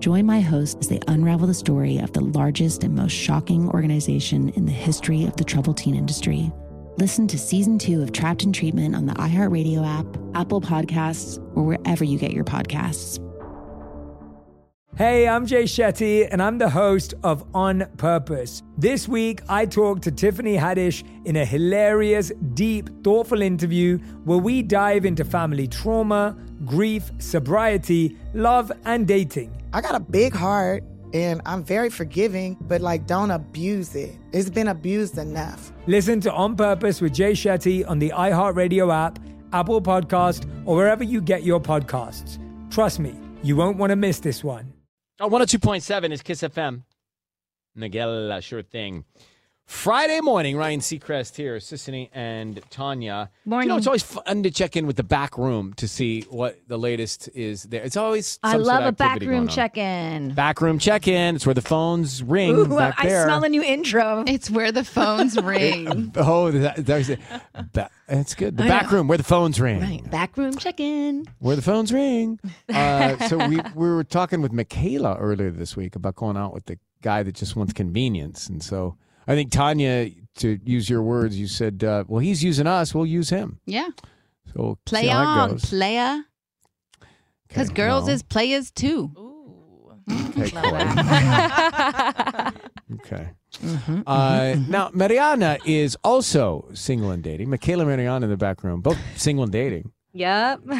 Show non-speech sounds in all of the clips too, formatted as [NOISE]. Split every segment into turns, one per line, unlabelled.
Join my host as they unravel the story of the largest and most shocking organization in the history of the troubled teen industry. Listen to season two of Trapped in Treatment on the iHeartRadio app, Apple Podcasts, or wherever you get your podcasts.
Hey, I'm Jay Shetty, and I'm the host of On Purpose. This week, I talked to Tiffany Haddish in a hilarious, deep, thoughtful interview where we dive into family trauma, grief, sobriety, love, and dating.
I got a big heart and I'm very forgiving, but like don't abuse it. It's been abused enough.
Listen to On Purpose with Jay Shetty on the iHeartRadio app, Apple Podcast, or wherever you get your podcasts. Trust me, you won't want to miss this one.
Oh, 102.7 is Kiss FM. Miguel, uh, sure thing. Friday morning, Ryan Seacrest here, Sissany and Tanya.
Morning.
You know, it's always fun to check in with the back room to see what the latest is there. It's always
I
some sort
love
of
a back
activity
room
going on.
check in.
Back room check in. It's where the phones ring.
Ooh,
back
I
there.
smell a new intro.
It's where the
[LAUGHS]
phones ring.
Oh, that, there's
[LAUGHS]
a, ba- that's good. The back room where the phones ring.
Right.
Back room check in.
Where the phones
[LAUGHS]
ring. Uh, so we, we were talking with Michaela earlier this week about going out with the guy that just wants convenience. And so I think Tanya, to use your words, you said, uh, well, he's using us, we'll use him.
Yeah.
So we'll see
Play
how it
on,
goes.
playa. Because
Okay,
girls
no.
is players too.
Okay, cool. [LAUGHS] okay. Uh, now, Mariana is also single and dating. Michaela Mariana in the back room, both single and dating.
Yep.
[LAUGHS]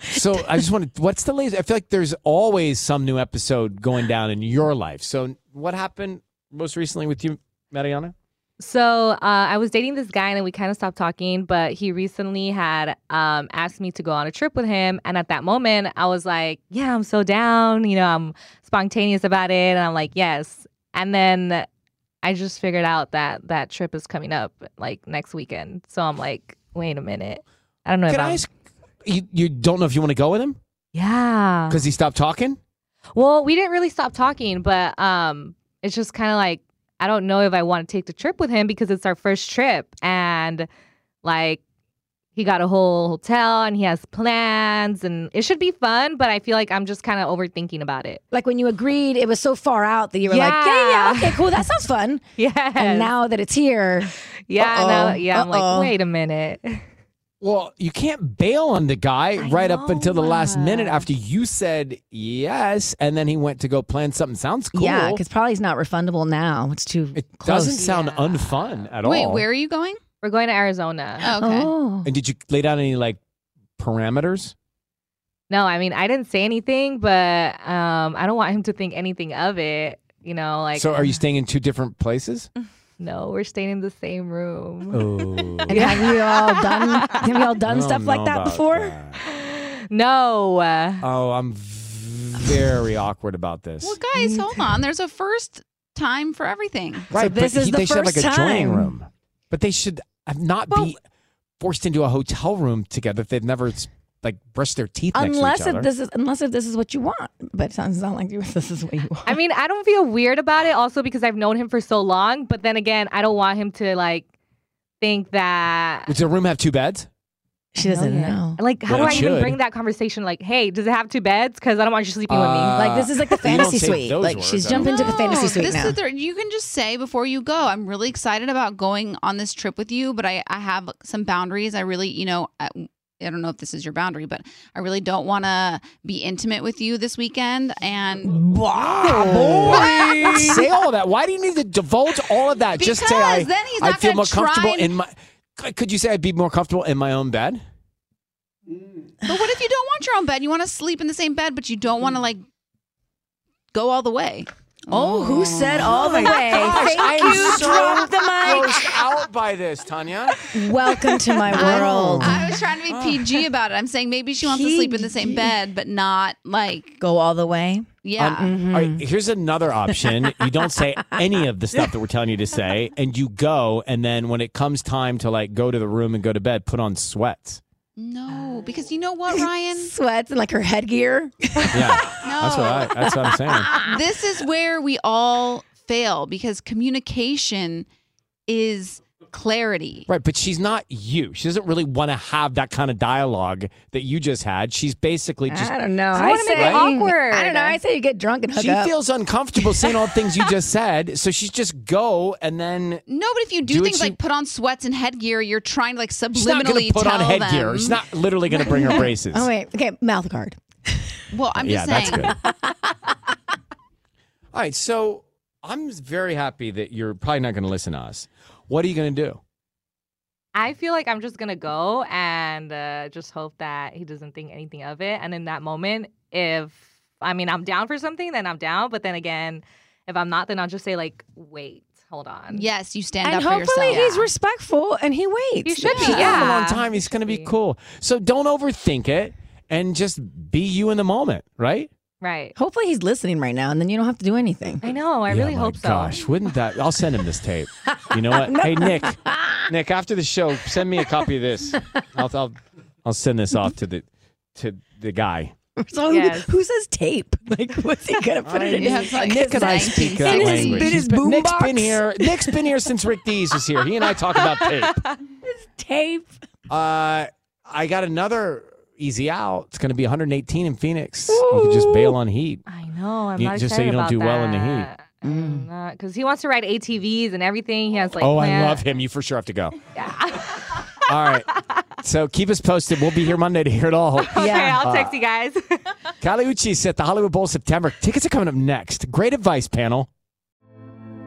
So I just wanted, what's the latest? I feel like there's always some new episode going down in your life. So what happened most recently with you, Mariana?
So uh, I was dating this guy, and then we kind of stopped talking. But he recently had um, asked me to go on a trip with him, and at that moment, I was like, "Yeah, I'm so down." You know, I'm spontaneous about it, and I'm like, "Yes." And then I just figured out that that trip is coming up like next weekend. So I'm like, "Wait a minute." I don't know.
Can
if
I
I'm-
ask? You, you don't know if you want to go with him
Yeah.
because he stopped talking.
Well, we didn't really stop talking, but um, it's just kind of like I don't know if I want to take the trip with him because it's our first trip, and like he got a whole hotel and he has plans, and it should be fun. But I feel like I'm just kind of overthinking about
[LAUGHS]
it.
Like when you agreed, it was so far out that you were like,
Yeah.
yeah, yeah, okay, cool, that sounds
[LAUGHS]
fun.
Yeah,
And now that it's here,
yeah, now,
Uh-oh.
yeah. I'm like,
Uh-oh.
wait a minute.
Well, you can't bail on the guy right up
know,
until the last
uh,
minute after you said yes, and then he went to go plan something. Sounds cool.
yeah, because probably it's not refundable now. It's too
it
close.
doesn't sound unfun at
Wait,
all.
where are you going?
We're going to Arizona.
Oh, okay.
Oh.
And did you lay down any like parameters?
No, I mean I didn't say anything, but um, I don't want him to think anything of it. You know, like
so,
uh,
are you staying in two different
[LAUGHS]
places?
No, we're staying in the same room.
Oh.
And have you all
[LAUGHS]
done have you all done stuff like that before?
No. Uh,
Oh, I'm very awkward about this.
Well, guys,
Mm.
hold on. There's a first time for everything.
right,
this
but
is
he-
the
they should have like
first
a joining
time.
room. But they should have not
Well-
be forced into a hotel room together if they've never like brushed their teeth next
Unless
to each
if
other.
this is unless if this is what you want. But it sounds not like you- [LAUGHS] this is what you want.
I mean, I don't feel weird about it also because I've known him for so long, but then again, I don't want him to like think that
Does the room have two beds?
She doesn't
yet.
know.
Like, how
Well,
do I
it
even
should.
bring that conversation? Like, hey, does it have two beds? Because I don't want you sleeping with me.
Uh, Like, this is like the you don't fantasy say suite. those Like, words, she's I don't jumping to the fantasy
No,
suite
this
now.
Is the, you can just say before you go, I'm really excited about going on this trip with you, but I, I have some boundaries. I really, you know, I, I don't know if this is your boundary, but I really don't want to be intimate with you this weekend. And [LAUGHS]
Wow, boy. say all that. Why do you need to divulge all of that? Just say I,
Because then he's
I
not
feel
gonna
more comfortable
try and-
in my. C- Could you say I'd be more comfortable in my own bed?
but what if you don't want your own bed? You want to sleep in the same bed, but you don't want to like go all the way.
Oh, who said all the way?
Gosh,
Thank
I am
you.
so
Drop the mic.
grossed out by this, Tanya.
Welcome to my world.
I was trying to
Ah.
be PG about it. I'm saying maybe she wants to sleep in the same bed, but not like
Go all the way.
yeah. Mm-hmm.
Um, all right, here's another option. You don't say any of the stuff that we're telling you to say, and you go, and then when it comes time to like go to the room and go to bed, put on sweats.
No, because you know what, Ryan?
[LAUGHS] Sweats and like her headgear.
[LAUGHS]
Yeah, that's what I, that's what I'm saying.
this is where we all fail because communication is clarity.
Right, but she's not you. She doesn't really want to have that kind of dialogue that you just had. She's basically just.
I don't know.
I wanna make it awkward.
I don't know. I say you get drunk and hook
She
up.
feels uncomfortable saying all the things you just said, so she's just go and then.
No, but if you do,
Do what
things
you-
like put on sweats and headgear, you're trying to like
She's not going
subliminally
to put
tell
on headgear.
them.
She's not literally going to bring her
[LAUGHS]
braces.
Oh wait. Okay. Mouth guard.
Well, I'm just
yeah,
saying.
that's good.
[LAUGHS]
All right, so I'm very happy that you're probably not going to listen to us. What are you going to do?
I feel like I'm just gonna go and uh, just hope that he doesn't think anything of it. And in that moment, if I mean I'm down for something, then I'm down. But then again, if I'm not, then I'll just say like, wait, hold on.
Yes, you stand
And hopefully he's respectful and he waits.
He should
She's
be.
been around
Yeah.
a long time. He's going to be cool. So don't overthink it and just be you in the moment, right?
Right.
Hopefully he's listening right now, and then you don't have to do anything.
I know. I
Yeah,
really
my
hope so.
Gosh, wouldn't that? I'll send him this tape. You
[LAUGHS]
know what? Hey, Nick, Nick, after the show, send me a copy of this. I'll, I'll, I'll send this off to the to the guy.
So who-
Yes.
who, says tape? [LAUGHS] Like, what's he gonna put it in?
Yeah,
his-
like,
in his-
can I speak that
in his,
language?
in his
He's been-
boom
Nick's
box?
been here. Nick's been here since Rick Dees was here. He and I talk about tape.
[LAUGHS]
Tape.
Uh, I got another easy out. It's going to be 118 in Phoenix. You can just bail on heat.
I know. I'm
You-
not
just so
excited
you don't
about
do
that.
well in the heat.
because he wants to ride ATVs and everything. He has like.
oh,
plan-
I love him. You for sure have
[LAUGHS]
to go. Yeah. all right. So keep us posted. We'll be here Monday to hear it all.
[LAUGHS] Okay, I'll text you guys. [LAUGHS]
Uh, Kali Uchis at the Hollywood Bowl September. Tickets are coming up next. Great advice panel.